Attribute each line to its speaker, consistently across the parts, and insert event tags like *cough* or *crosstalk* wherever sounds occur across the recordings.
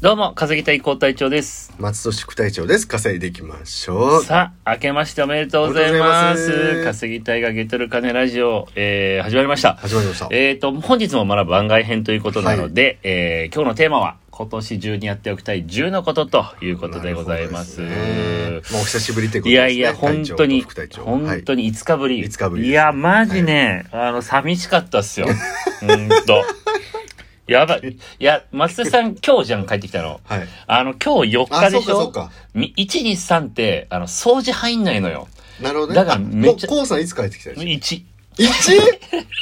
Speaker 1: どうも、風邪隊高隊長です。
Speaker 2: 松戸宿隊長です。稼いでいきましょう。
Speaker 1: さあ、明けましておめでとうございま
Speaker 2: おめでとうござい
Speaker 1: す。
Speaker 2: ます
Speaker 1: 稼ぎ隊がゲットルカネラジオ、えー、始まりました。
Speaker 2: 始まりました。
Speaker 1: えーと、本日も学ぶ番外編ということなので、えー今日のテーマは、今年中にやっておきたい10のことということでございます。
Speaker 2: なるほどですねまあお久しぶりということ
Speaker 1: い
Speaker 2: です
Speaker 1: や
Speaker 2: ね。
Speaker 1: いや、本当に、
Speaker 2: 隊長と副隊長
Speaker 1: 本当
Speaker 2: はい
Speaker 1: に5日ぶり。
Speaker 2: 5日ぶりです
Speaker 1: いや、マジね、あの、寂しかったっす
Speaker 2: *laughs*
Speaker 1: よ。ほんと。やばい。いや、松田
Speaker 2: *laughs*
Speaker 1: さん、今日じゃん、帰ってきたの。
Speaker 2: はい。
Speaker 1: あの、今日4日
Speaker 2: あ、そ
Speaker 1: で
Speaker 2: う
Speaker 1: し
Speaker 2: かそ
Speaker 1: ょ
Speaker 2: うか。
Speaker 1: み123ってあの掃除入んないのよ
Speaker 2: なるほどね。
Speaker 1: だから
Speaker 2: あ
Speaker 1: めっちゃ
Speaker 2: ここうさんいつ帰ってきたでしょ
Speaker 1: 1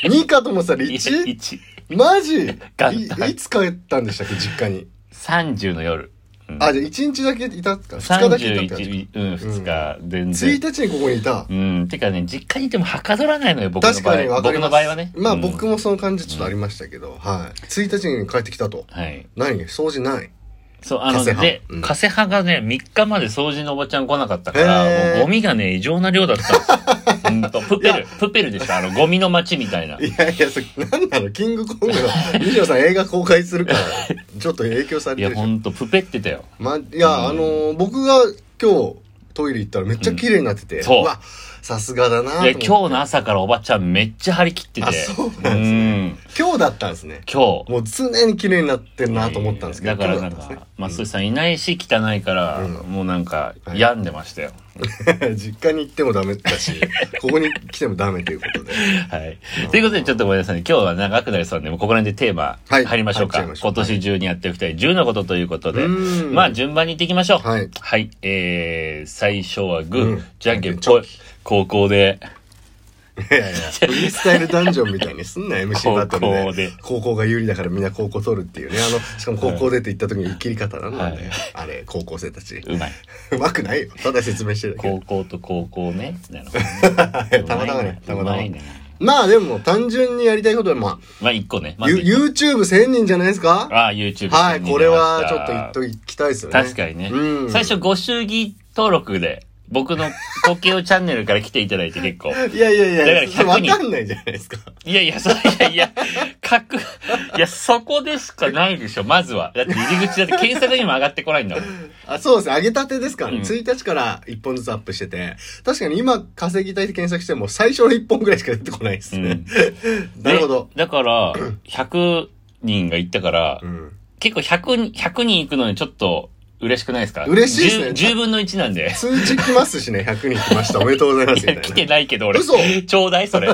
Speaker 2: 1 ?2 かと思ってたら 1?
Speaker 1: 1
Speaker 2: マジ
Speaker 1: 元旦
Speaker 2: いいつ帰ったんでしたっけ実家に。
Speaker 1: 30の夜、うん、
Speaker 2: あ、じゃあ1日だけいたっすか ?2 日だけいたって感じか。
Speaker 1: 31うん2日全然
Speaker 2: 1日にここにいた。
Speaker 1: うんてかね実家にいてもはかどらないのよ僕の
Speaker 2: 確
Speaker 1: 場
Speaker 2: かに
Speaker 1: 合
Speaker 2: わかり
Speaker 1: 僕
Speaker 2: ま
Speaker 1: の
Speaker 2: す。
Speaker 1: 場合はね
Speaker 2: まあ
Speaker 1: うん
Speaker 2: 僕もその感じちょっとありましたけど、はい。1日に帰ってきたと。
Speaker 1: はい
Speaker 2: 何掃除ない
Speaker 1: そうあの
Speaker 2: 加瀬
Speaker 1: で
Speaker 2: 派うん
Speaker 1: 加瀬派がね3日まで掃除のおばちゃん来なかったから
Speaker 2: へー
Speaker 1: もうゴミがね異常な量だったんですよう
Speaker 2: *laughs*
Speaker 1: んとプペルプペルでしたあのゴミの街みたいない
Speaker 2: やいや、それ、なんなのキングコングの、西野さん映画公開す
Speaker 1: *laughs*
Speaker 2: るから、ちょっと影響され
Speaker 1: い
Speaker 2: てる
Speaker 1: や
Speaker 2: でし
Speaker 1: ほ
Speaker 2: ょ。
Speaker 1: んとプペってたよ
Speaker 2: ま、いや、あのー僕が今日、トイレ行ったらめっちゃ綺麗になってて。
Speaker 1: んそう
Speaker 2: わ、さすがだなと
Speaker 1: い
Speaker 2: 思
Speaker 1: や
Speaker 2: って
Speaker 1: 今日の朝からおばちゃんめっちゃ張り切ってて
Speaker 2: あそうなんです
Speaker 1: うん
Speaker 2: 今日だったんですね。
Speaker 1: 今日
Speaker 2: もう常に綺麗になってるなと思ったんですけど。
Speaker 1: だからなん
Speaker 2: 今日だっ
Speaker 1: か
Speaker 2: たん
Speaker 1: 松井
Speaker 2: ですね
Speaker 1: さんいないし汚いから、
Speaker 2: うん
Speaker 1: もうなんか
Speaker 2: はい
Speaker 1: 病んでましたよ、
Speaker 2: うん *laughs* 実家に行ってもダメだし、ここに来てもダメというこ
Speaker 1: *laughs*
Speaker 2: とで。
Speaker 1: はい。ということで、ちょっとごめんなさい。今日は長くなりそうなんで、もうここら辺でテーマ入
Speaker 2: はい
Speaker 1: りましょうか。
Speaker 2: 入っちゃいましょう
Speaker 1: 今年中にやっておきたい10のことということで、
Speaker 2: うん
Speaker 1: まあ順番に行っていきましょう。
Speaker 2: はい
Speaker 1: えー、最初はグー、
Speaker 2: うん
Speaker 1: じゃんけんぽい。高校で、
Speaker 2: いやいや、フリースタイルダンジョンみたいに
Speaker 1: *laughs*
Speaker 2: すんな MC バトルで
Speaker 1: 高校で
Speaker 2: 高校が有利だからみんな高校取るっていうねあのしかも高校でって言った時に切り方なんだよ、
Speaker 1: はい
Speaker 2: あれ高校生たち
Speaker 1: うまい。
Speaker 2: うまくないよただ説明してるだけ
Speaker 1: 高校と高校ね。なるほどね。
Speaker 2: *laughs* たまたまねたま
Speaker 1: う
Speaker 2: たま
Speaker 1: まいね。
Speaker 2: まあでも単純にやりたいことはま
Speaker 1: まあ一個ね。
Speaker 2: あ、
Speaker 1: まず一個
Speaker 2: YouTube1000 人じゃないですか
Speaker 1: ああ、YouTube。
Speaker 2: はいこれはちょっと言っときたいですよね
Speaker 1: 確かにね。
Speaker 2: うん
Speaker 1: 最初、ご祝儀登録で、僕のコケオチャンネルから来ていただいて
Speaker 2: *laughs*
Speaker 1: 結構。
Speaker 2: いやいやい
Speaker 1: だ
Speaker 2: や
Speaker 1: から100
Speaker 2: わ
Speaker 1: 人
Speaker 2: かんないじゃないですか
Speaker 1: いやいや、そう、いやいや、かく、いや、そこでしかないでしょ、まずは。だって入り口だって検索にも上がってこないんだもん。
Speaker 2: あそうです揚げたてですからね、
Speaker 1: うん
Speaker 2: 1日から1本ずつアップしてて確かに今稼ぎたいって検索しても最初の1本ぐらいしか出てこないですね、 *laughs* なるほど
Speaker 1: でだから、100人が行ったから、
Speaker 2: うん
Speaker 1: 結構100人、100人行くのにちょっと嬉しくないですか
Speaker 2: 嬉しいですね
Speaker 1: 10, 分の1なんで。
Speaker 2: 通知来ますしね、100人来ました。おめでとうございま
Speaker 1: *laughs* い
Speaker 2: す。みたい
Speaker 1: や
Speaker 2: な。
Speaker 1: 来てないけど俺。
Speaker 2: 嘘
Speaker 1: ちょうだい、それ。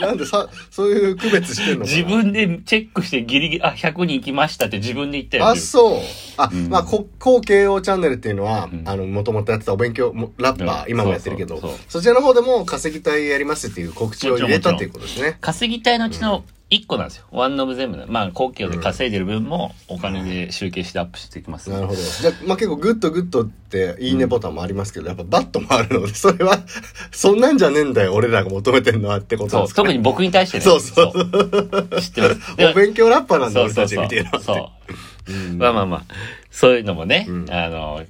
Speaker 2: なんでさ、そういう区別してんのかな
Speaker 1: 自分でチェックしてギリギリ、あ、100人行きましたって自分で言ったよ。
Speaker 2: あ、そう。あ、
Speaker 1: うん
Speaker 2: まあ、国交慶応チャンネルっていうのは、
Speaker 1: ん
Speaker 2: あの、もともとやってたお勉強、もラッパー、
Speaker 1: うん
Speaker 2: 今もやってるけ
Speaker 1: そう
Speaker 2: ど
Speaker 1: そうそう
Speaker 2: そちらの方でも稼ぎたいやりますっていう告知を入れたっていうことですね。
Speaker 1: 稼ぎたいのうちの1個なんですよ。ワンオブ全部の。まあ、高級で稼いでる分もお金で集計してアップしていきます。
Speaker 2: なるほど。じゃあ、まあ、結構グッドグッドって、いいねボタンもありますけど、やっぱバットもあるので、それは、 *laughs* そんなんじゃねえんだよ、俺らが求めてんのはってこと
Speaker 1: そう、
Speaker 2: なんですか
Speaker 1: 特
Speaker 2: ね。
Speaker 1: に僕に対してね。
Speaker 2: そうそう
Speaker 1: そう知ってます。
Speaker 2: *laughs* お勉強ラッパーなんだ、
Speaker 1: そう
Speaker 2: 俺
Speaker 1: そ
Speaker 2: た
Speaker 1: う
Speaker 2: ち
Speaker 1: そう
Speaker 2: みたいな。。
Speaker 1: そう。まあまあまあ、そういうのもね、
Speaker 2: うん
Speaker 1: あの、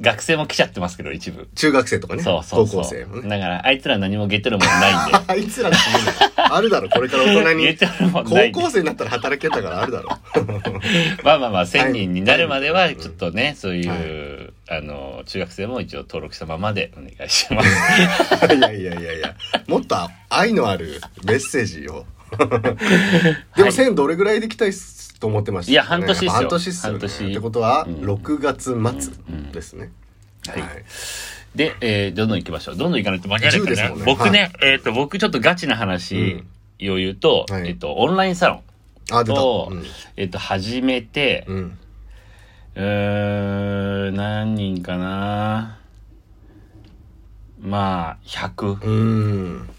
Speaker 1: 学生も来ちゃってますけど、一部。
Speaker 2: 中学生とかね。
Speaker 1: そうそう
Speaker 2: 高
Speaker 1: そう。
Speaker 2: 校生もね。 *laughs*
Speaker 1: だから、あいつら何もゲットるもんないんで。
Speaker 2: あいつらって言うなよあるだろ、これから大人
Speaker 1: ゲ
Speaker 2: に
Speaker 1: ッ。トるもんないんで
Speaker 2: 高校。生になったら働けたからあるだろ。 *laughs*
Speaker 1: まあまあまあ、1000人になるまでは、ちょっとね、そういう、
Speaker 2: は
Speaker 1: あの、中学生も一応登録したままでお願いします。
Speaker 2: いやいやいやいや。もっと愛のあるメッセージを。 *laughs* でも1000どれぐらいできたいっすと思ってました、
Speaker 1: いや半年っすよ
Speaker 2: 半年っすよね
Speaker 1: 半年
Speaker 2: ってことは、
Speaker 1: うん
Speaker 2: 6月末ですね。
Speaker 1: はいで、えー、どんどん行きましょう。どんどん行かないと間に合わない
Speaker 2: 自
Speaker 1: か
Speaker 2: 由
Speaker 1: ら
Speaker 2: ですもん
Speaker 1: ね。
Speaker 2: ね
Speaker 1: 僕ね、えっ、と、僕ちょっとガチな話を言うと、
Speaker 2: うんはい
Speaker 1: えっと、オンラインサロ
Speaker 2: あ、
Speaker 1: ン
Speaker 2: 出た。
Speaker 1: と、
Speaker 2: うん
Speaker 1: えっと、始めて、う
Speaker 2: うん。
Speaker 1: ーん、何人かなまあ、100。
Speaker 2: うん。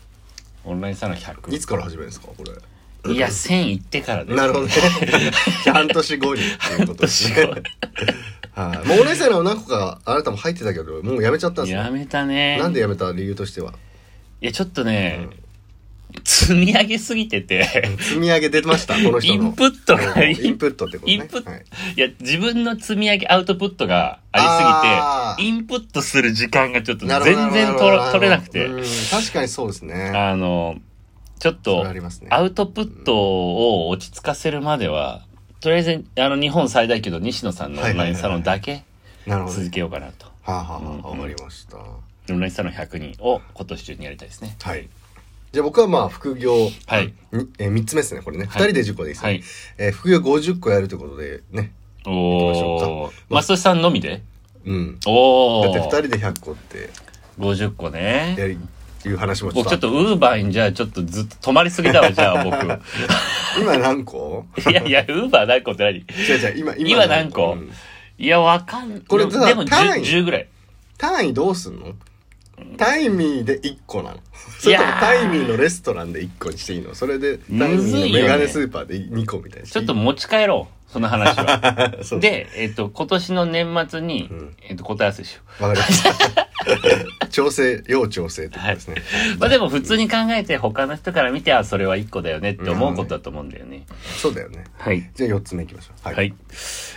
Speaker 1: オンラインサロン
Speaker 2: い
Speaker 1: 100。
Speaker 2: つから始めるんですかこれ。
Speaker 1: いや、1000行ってからです。
Speaker 2: な
Speaker 1: *laughs*
Speaker 2: るほどね。半年後にっていうことですね
Speaker 1: 半年。
Speaker 2: はい。もうお姉さんの何個かあなたも入ってたけど、もうやめちゃったんですね
Speaker 1: やめたね。
Speaker 2: なんで辞めた理由としては。
Speaker 1: いや、ちょっとね、積み上げすぎてて、
Speaker 2: 積み上げ出ました、この人
Speaker 1: イ
Speaker 2: の。
Speaker 1: ンプットが、
Speaker 2: うん
Speaker 1: イ
Speaker 2: イ
Speaker 1: ン
Speaker 2: ン
Speaker 1: プ
Speaker 2: プットってこと
Speaker 1: イ
Speaker 2: ね。
Speaker 1: ンプット
Speaker 2: はい、
Speaker 1: いや、自分の積み上げアウトプットがありすぎて、
Speaker 2: あ
Speaker 1: イ
Speaker 2: ー
Speaker 1: ンプットする時間がちょっと
Speaker 2: なるほど
Speaker 1: 全然取
Speaker 2: なるほ
Speaker 1: ら
Speaker 2: ど
Speaker 1: 取れなくて、
Speaker 2: うん確かにそうですね。
Speaker 1: あの、ちょっ
Speaker 2: そ
Speaker 1: と
Speaker 2: れあ、りますね。
Speaker 1: アウトプットを落ち着かせるまでは、とりあえず、あの、日本最大級の西野さんのオンラインサロンだけ
Speaker 2: なるほど。
Speaker 1: 続けようかなと。
Speaker 2: はあ、はあはあ、
Speaker 1: うん
Speaker 2: わかりました。は
Speaker 1: オンラインサロン100人を今年中にやりたいですね。
Speaker 2: い。じゃあ僕はまあ副業、
Speaker 1: はい。
Speaker 2: にえー、3つ目ですね、これね。
Speaker 1: はい
Speaker 2: 二人で10個でいいですね。
Speaker 1: はい。
Speaker 2: えー副業50個やるということでね。行きまし
Speaker 1: お
Speaker 2: ょ
Speaker 1: ー。マスさんのみで
Speaker 2: うん。
Speaker 1: お
Speaker 2: だっ
Speaker 1: ー。
Speaker 2: て2人で100個って
Speaker 1: 50個ね。
Speaker 2: やり、いう話もちょっ
Speaker 1: 僕
Speaker 2: と
Speaker 1: ち
Speaker 2: あ
Speaker 1: ょっとウーバーにじゃあちょっとずっと止まりすぎだわ、じゃあ
Speaker 2: *laughs*
Speaker 1: 僕。
Speaker 2: 今何個
Speaker 1: いやいや、ウーバー何個って何
Speaker 2: 違う違う、今、
Speaker 1: 今何個
Speaker 2: うん
Speaker 1: いや、わかん、
Speaker 2: これ
Speaker 1: で
Speaker 2: さ
Speaker 1: もでも
Speaker 2: 単位
Speaker 1: 10, 10ぐらい。
Speaker 2: 単位どうすんのタイミーで1個なの。それともタイミーのレストランで1個にしていいのそれで、タイミ
Speaker 1: むずいよ
Speaker 2: ーの
Speaker 1: ね
Speaker 2: メガネスーパーで2個みたいにして
Speaker 1: ちょっ
Speaker 2: いい
Speaker 1: と持ち帰ろう、その話は。
Speaker 2: *laughs* そう
Speaker 1: で、えっ、と、今年の年末に、
Speaker 2: うん
Speaker 1: えっ、と、答え合わせしよ
Speaker 2: *laughs* わかりました。 *laughs* 調整、要調整ってことですね。
Speaker 1: う。まあでも普通に考えて他の人から見て、あ、それは1個だよねって思うことだと思うんだよね。
Speaker 2: そうだよね。
Speaker 1: はい。
Speaker 2: じゃあ4つ目いきましょう。は
Speaker 1: はい。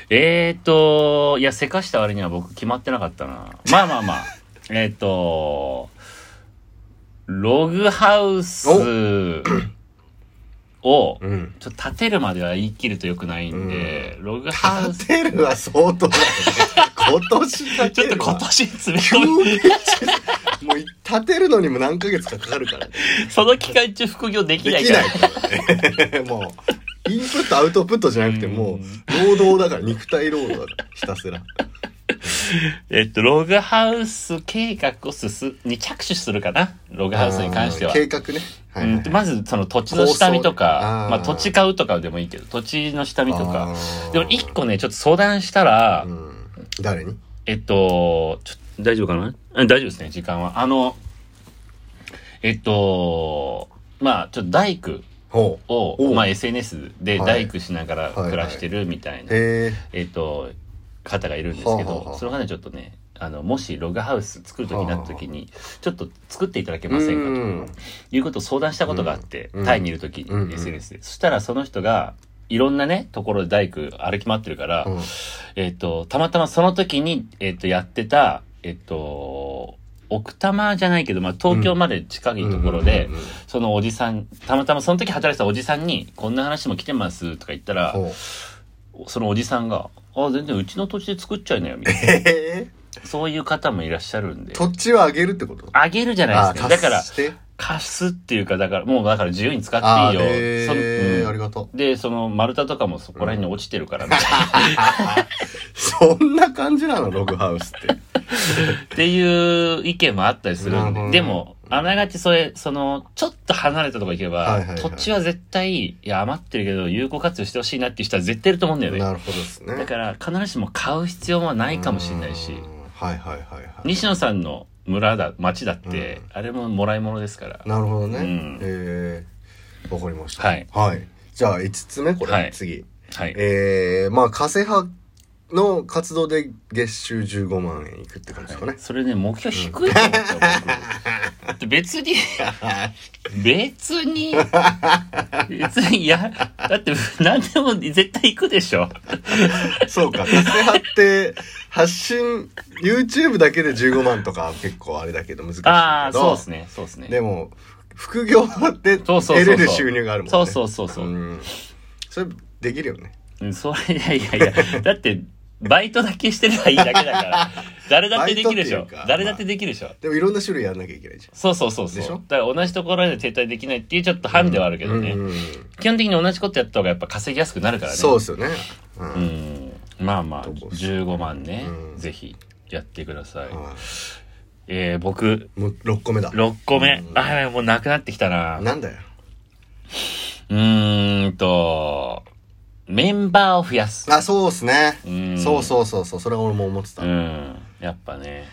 Speaker 1: えっ、と、いや、せかした割には僕決まってなかったな。まあまあ
Speaker 2: *laughs*
Speaker 1: まあ。えっと、ログハウスを、
Speaker 2: うん。
Speaker 1: ちょっと建てるまでは言い切ると良くないんで、ログハウス
Speaker 2: 立、てるは相当だよね。今年だ
Speaker 1: ちょ
Speaker 2: け
Speaker 1: っと今年詰め
Speaker 2: 急
Speaker 1: 込む。
Speaker 2: にもう立てるのにも何ヶ月かかかるからね。
Speaker 1: その期間中副業でき
Speaker 2: で
Speaker 1: ない
Speaker 2: き
Speaker 1: か
Speaker 2: な
Speaker 1: ら。
Speaker 2: いからね。 *laughs* もう、インプットアウトプットじゃなくて、
Speaker 1: う
Speaker 2: も
Speaker 1: ん
Speaker 2: う、労働だから、肉体労働だから、ひたすら。
Speaker 1: えっと、ログハウス計画をすす、に着手するかな。ログハウスに関しては
Speaker 2: あ。ー計画ね。はいはいはい
Speaker 1: うんとまず、その土地の下見と
Speaker 2: 構想
Speaker 1: か
Speaker 2: あ、ー
Speaker 1: まあ土地買うとかでもいいけど、土地の下見とか。
Speaker 2: あー
Speaker 1: でも一個ね、ちょっと相談したら、
Speaker 2: うん誰に
Speaker 1: えっと、ちょっと大丈夫かなうん大丈夫ですね、時間は。あの、えっと、まあ、ちょっと大工
Speaker 2: ほう。お
Speaker 1: を、
Speaker 2: う
Speaker 1: まあ SNS で
Speaker 2: はい
Speaker 1: 大工しながら暮らしてるみたいな、
Speaker 2: へ
Speaker 1: えっと、方がいるんですけ
Speaker 2: はあはあは
Speaker 1: ど、
Speaker 2: あ
Speaker 1: その方にちょっとね、あの、もしログハウス作る時になった時に、ちょっと作っていただけ
Speaker 2: え。
Speaker 1: ませんかと。
Speaker 2: んか
Speaker 1: いうことを相談したことがあって、
Speaker 2: うん
Speaker 1: タイにいる時に、
Speaker 2: うん
Speaker 1: SNS で。そしたらその人が、いろんなね、ところで大工歩き回ってるから、
Speaker 2: うん。
Speaker 1: えっ、と、たまたまその時に、えっ、と、やってた、えっ、と、奥多摩じゃないけど、まあ、東京まで近いところで、
Speaker 2: うんうんうんうん
Speaker 1: そのおじさん、たまたまその時働いてたおじさんに、こんな話も来てますとか言ったら、
Speaker 2: ほう。
Speaker 1: そのおじさんが、あ、全然うちの土地で作っちゃいなよ、みたいな。
Speaker 2: ええ。
Speaker 1: そういう方もいらっしゃるんで。
Speaker 2: 土地はあげるってこと
Speaker 1: あげるじゃないですか。だから
Speaker 2: 達、して
Speaker 1: 貸すっていうか、だから、もうだから自由に使
Speaker 2: あ
Speaker 1: っていいよ。
Speaker 2: へ
Speaker 1: その
Speaker 2: え
Speaker 1: うん
Speaker 2: ありがとう。
Speaker 1: で、その丸太とかもそこら辺に落ちてるから、みたいな。
Speaker 2: そんな感じなのログハウスって。
Speaker 1: っていう意見もあったりする
Speaker 2: なんるほど
Speaker 1: で。
Speaker 2: ね
Speaker 1: でも、あながちそれ、その、ちょっと離れたとこ行けば、
Speaker 2: はいはいはい
Speaker 1: 土地は絶対、いや、余ってるけど、有効活用してほしいなっていう人は絶対いると思うんだ *laughs* よね。
Speaker 2: なるほどですね。
Speaker 1: だから、必ずしも買う必要もな
Speaker 2: ら
Speaker 1: いかもしれないし、
Speaker 2: はいはいはいはい。
Speaker 1: 西野さんの村だ、町だって、あれももらい物ですから。
Speaker 2: なるほどね。
Speaker 1: うん
Speaker 2: えー、わかりました。
Speaker 1: はい
Speaker 2: じゃあ5つ目これ、
Speaker 1: はい
Speaker 2: 次。
Speaker 1: はい。
Speaker 2: えー、まあ、加瀬派の活動で月収15万円いくって感じですかね。
Speaker 1: それね、目標低いと思っちゃう、僕別
Speaker 2: *laughs*
Speaker 1: に、別に、別に、いや、だって、何でも絶対行くでしょ。
Speaker 2: そうか、加瀬派って発信、YouTube だけで15万とか結構あれだけど難しいけど。
Speaker 1: ああ、そうですね。そうですね。
Speaker 2: でも、副業で
Speaker 1: そうそうそうそう
Speaker 2: 得れる収入があるもんね。
Speaker 1: そうそうそうそう
Speaker 2: うんそれ、できるよね。
Speaker 1: うんそれ、いやいやいや、だって、バイトだけしてればいいだけだ
Speaker 2: *laughs*
Speaker 1: から、誰だってできるでし
Speaker 2: バイ
Speaker 1: ょ
Speaker 2: トっていうか。
Speaker 1: 誰だってできるでしょ。
Speaker 2: でもいろんな種類やんなきゃいけないじ
Speaker 1: そうそうそうそう。
Speaker 2: でし
Speaker 1: だ
Speaker 2: ょ
Speaker 1: から同じところで停滞できないっていうちょっとハンではあるけ
Speaker 2: ゃん。
Speaker 1: どね。
Speaker 2: うん
Speaker 1: 基本的に同じことやった方がやっぱ稼ぎやすくなるからね。
Speaker 2: そうですよね。う
Speaker 1: うんん。まあまあ、
Speaker 2: どこ
Speaker 1: 15万ね。
Speaker 2: うん
Speaker 1: ぜひ、やってください。
Speaker 2: は
Speaker 1: えー、僕、
Speaker 2: いもう6個目だ。
Speaker 1: 6個目
Speaker 2: う。ん
Speaker 1: あー、もうなくなってきたな。
Speaker 2: なんだよ。
Speaker 1: うーんと、メンバーを増やす。
Speaker 2: あ、そうですね。
Speaker 1: うん
Speaker 2: そうそうそうそう。それは俺も思ってた
Speaker 1: う。ん。やっぱね。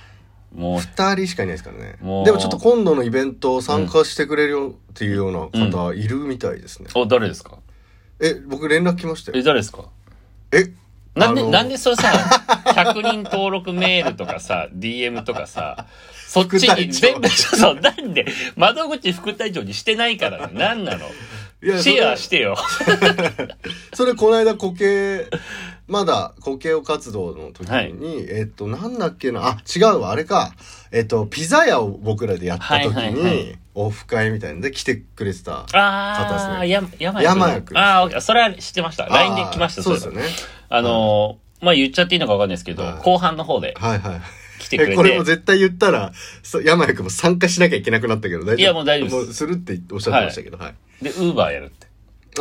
Speaker 1: もう、
Speaker 2: 二人しかいないですからね。
Speaker 1: もう
Speaker 2: でもちょっと今度のイベント参加してくれるよっていうような方いるみたいですね。
Speaker 1: お、誰ですか
Speaker 2: え、僕連絡来ました
Speaker 1: え、
Speaker 2: よ。
Speaker 1: 誰ですか
Speaker 2: え、
Speaker 1: なんで、
Speaker 2: あの
Speaker 1: なんでそれさ、100人登録メールとかさ、DM とかさ、そっち
Speaker 2: 副隊
Speaker 1: に
Speaker 2: 長
Speaker 1: 全部、そうそう、なんで、窓口副隊長にしてないからね。なんなの
Speaker 2: いや
Speaker 1: シェアしてよ。
Speaker 2: それこの間固形まだ固形活動の時に、
Speaker 1: はい
Speaker 2: えっとなんだっけなあ違うわあれかえっとピザ屋を僕らでやった時に、
Speaker 1: はいはいはい
Speaker 2: オフ会みたいので来てくれてた
Speaker 1: *laughs* あ
Speaker 2: 片
Speaker 1: あ、
Speaker 2: 手
Speaker 1: や、やまや
Speaker 2: 山谷
Speaker 1: く
Speaker 2: 君
Speaker 1: ん。ああ、それは知ってました。LINE で来ました、
Speaker 2: あーそう
Speaker 1: いえ
Speaker 2: です
Speaker 1: ば
Speaker 2: よね
Speaker 1: あのー、まあ、言っちゃっていいのかわかんないですけど
Speaker 2: はい、
Speaker 1: 後半の方で
Speaker 2: はいはい
Speaker 1: 来てくれ
Speaker 2: え
Speaker 1: て。
Speaker 2: これも絶対言ったらそ山谷君も参加しなきゃいけなくなったけど大
Speaker 1: いやもう大丈夫です
Speaker 2: もうするっておっしゃってましたけどはい、
Speaker 1: で、ウーバーやるって。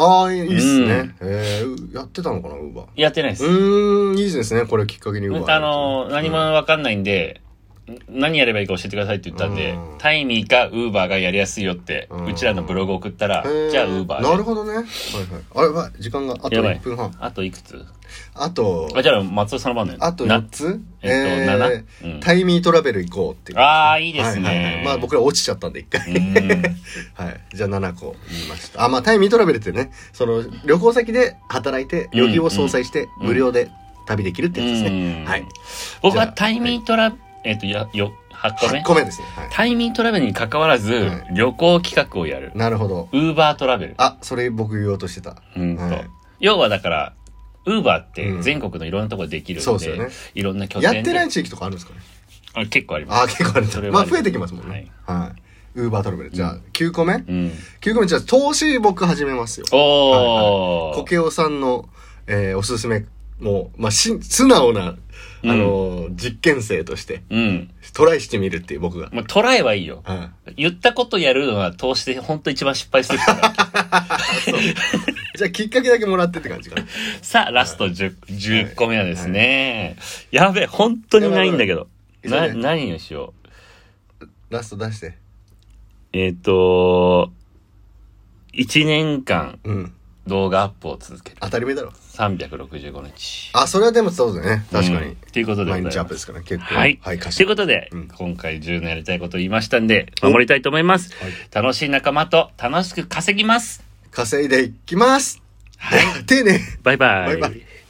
Speaker 2: ああいいっすね、えーやってたのかなウーバー
Speaker 1: やってないです。
Speaker 2: うーんいいですねこれきっかけにウーバー
Speaker 1: あのー、何もわかんないんで、何やればいいか教えてくださいって言ったんで
Speaker 2: う、ん
Speaker 1: タイミーかウーバーがやりやすいよって、
Speaker 2: うん
Speaker 1: うちらのブログ送ったら
Speaker 2: へ、
Speaker 1: じゃあウーバー
Speaker 2: な
Speaker 1: で
Speaker 2: る。ほどね。はいはい。あればい、時間があと
Speaker 1: やばい
Speaker 2: 1分半。
Speaker 1: あといくつ
Speaker 2: あと、
Speaker 1: あ、じゃあ松尾さんの番だよね。
Speaker 2: あと
Speaker 1: な
Speaker 2: 4つ
Speaker 1: えっと
Speaker 2: ー
Speaker 1: 七うん
Speaker 2: タイミートラベル行こうっていう。
Speaker 1: ああ、いいです
Speaker 2: はいはいは
Speaker 1: ね
Speaker 2: い。まあ僕ら落ちちゃったんで一回。
Speaker 1: うん
Speaker 2: はい。じゃあ7個言いました。あ、まあタイミートラベルってね、その旅行先で働いて、旅費を相殺して、
Speaker 1: うん
Speaker 2: 無料で旅できるってやつで
Speaker 1: う
Speaker 2: す
Speaker 1: ん
Speaker 2: ね。はい。
Speaker 1: 僕は
Speaker 2: じゃあ
Speaker 1: タイミートラ、えっと、や、よ、8個目
Speaker 2: 8個目ですね。は
Speaker 1: タイミートラベルに関わらず、
Speaker 2: はい
Speaker 1: 旅行企画をやる
Speaker 2: い。。なるほど。
Speaker 1: ウーバートラベル。
Speaker 2: あ、それ僕言おうとしてた。
Speaker 1: うんと、
Speaker 2: はい
Speaker 1: 要はだから、ウーバーって
Speaker 2: うん
Speaker 1: 全国のいろんなところでできる
Speaker 2: そ
Speaker 1: の
Speaker 2: うです
Speaker 1: で、
Speaker 2: よね
Speaker 1: いろんな拠
Speaker 2: やっ
Speaker 1: 点
Speaker 2: て
Speaker 1: で。
Speaker 2: ない地域とかあるんですかね
Speaker 1: あ結構あります。
Speaker 2: あ、結構あるん
Speaker 1: そ
Speaker 2: だ
Speaker 1: れ。は
Speaker 2: ま
Speaker 1: あ
Speaker 2: あ
Speaker 1: る
Speaker 2: 増えてきますもんね。はい。ウーバートラベル。じゃあ9個目
Speaker 1: うん。
Speaker 2: 9個目じゃあ投資僕始めますよ。
Speaker 1: おー。
Speaker 2: コケオさんの、えーおすすめもう、まあ、し素直な、あのー実験生として
Speaker 1: うん。
Speaker 2: トライしてみるっていう僕が。
Speaker 1: まあ、トライはいいよ。
Speaker 2: うん
Speaker 1: 言ったことやるのは投資で本当一番失敗してる
Speaker 2: *laughs*
Speaker 1: から。
Speaker 2: じゃあきっかけだけもらってって感じかな。
Speaker 1: さあ、ラスト 10, 10個目はですね。やべえ、本当にないんだけど。
Speaker 2: やばいやば、
Speaker 1: ない何をしよう。
Speaker 2: ラスト出して。
Speaker 1: えっ、と、1年間
Speaker 2: うん。
Speaker 1: 動画アップを続ける。
Speaker 2: 当たり前だろ。
Speaker 1: 365日。
Speaker 2: あ、それはでもそうだよね。確か
Speaker 1: うん
Speaker 2: に。
Speaker 1: ということでござい
Speaker 2: 毎
Speaker 1: ます
Speaker 2: 日アップですからね結構。
Speaker 1: はい。
Speaker 2: はい、
Speaker 1: と
Speaker 2: 貸
Speaker 1: い
Speaker 2: し
Speaker 1: うことで、
Speaker 2: うん
Speaker 1: 今回10のやりたいことを言いましたんで、守りたいと思います。
Speaker 2: はい
Speaker 1: 楽しい仲間と楽しく稼ぎます。
Speaker 2: 稼いでいきます。はい。丁寧。
Speaker 1: バイバイ。
Speaker 2: バイバイ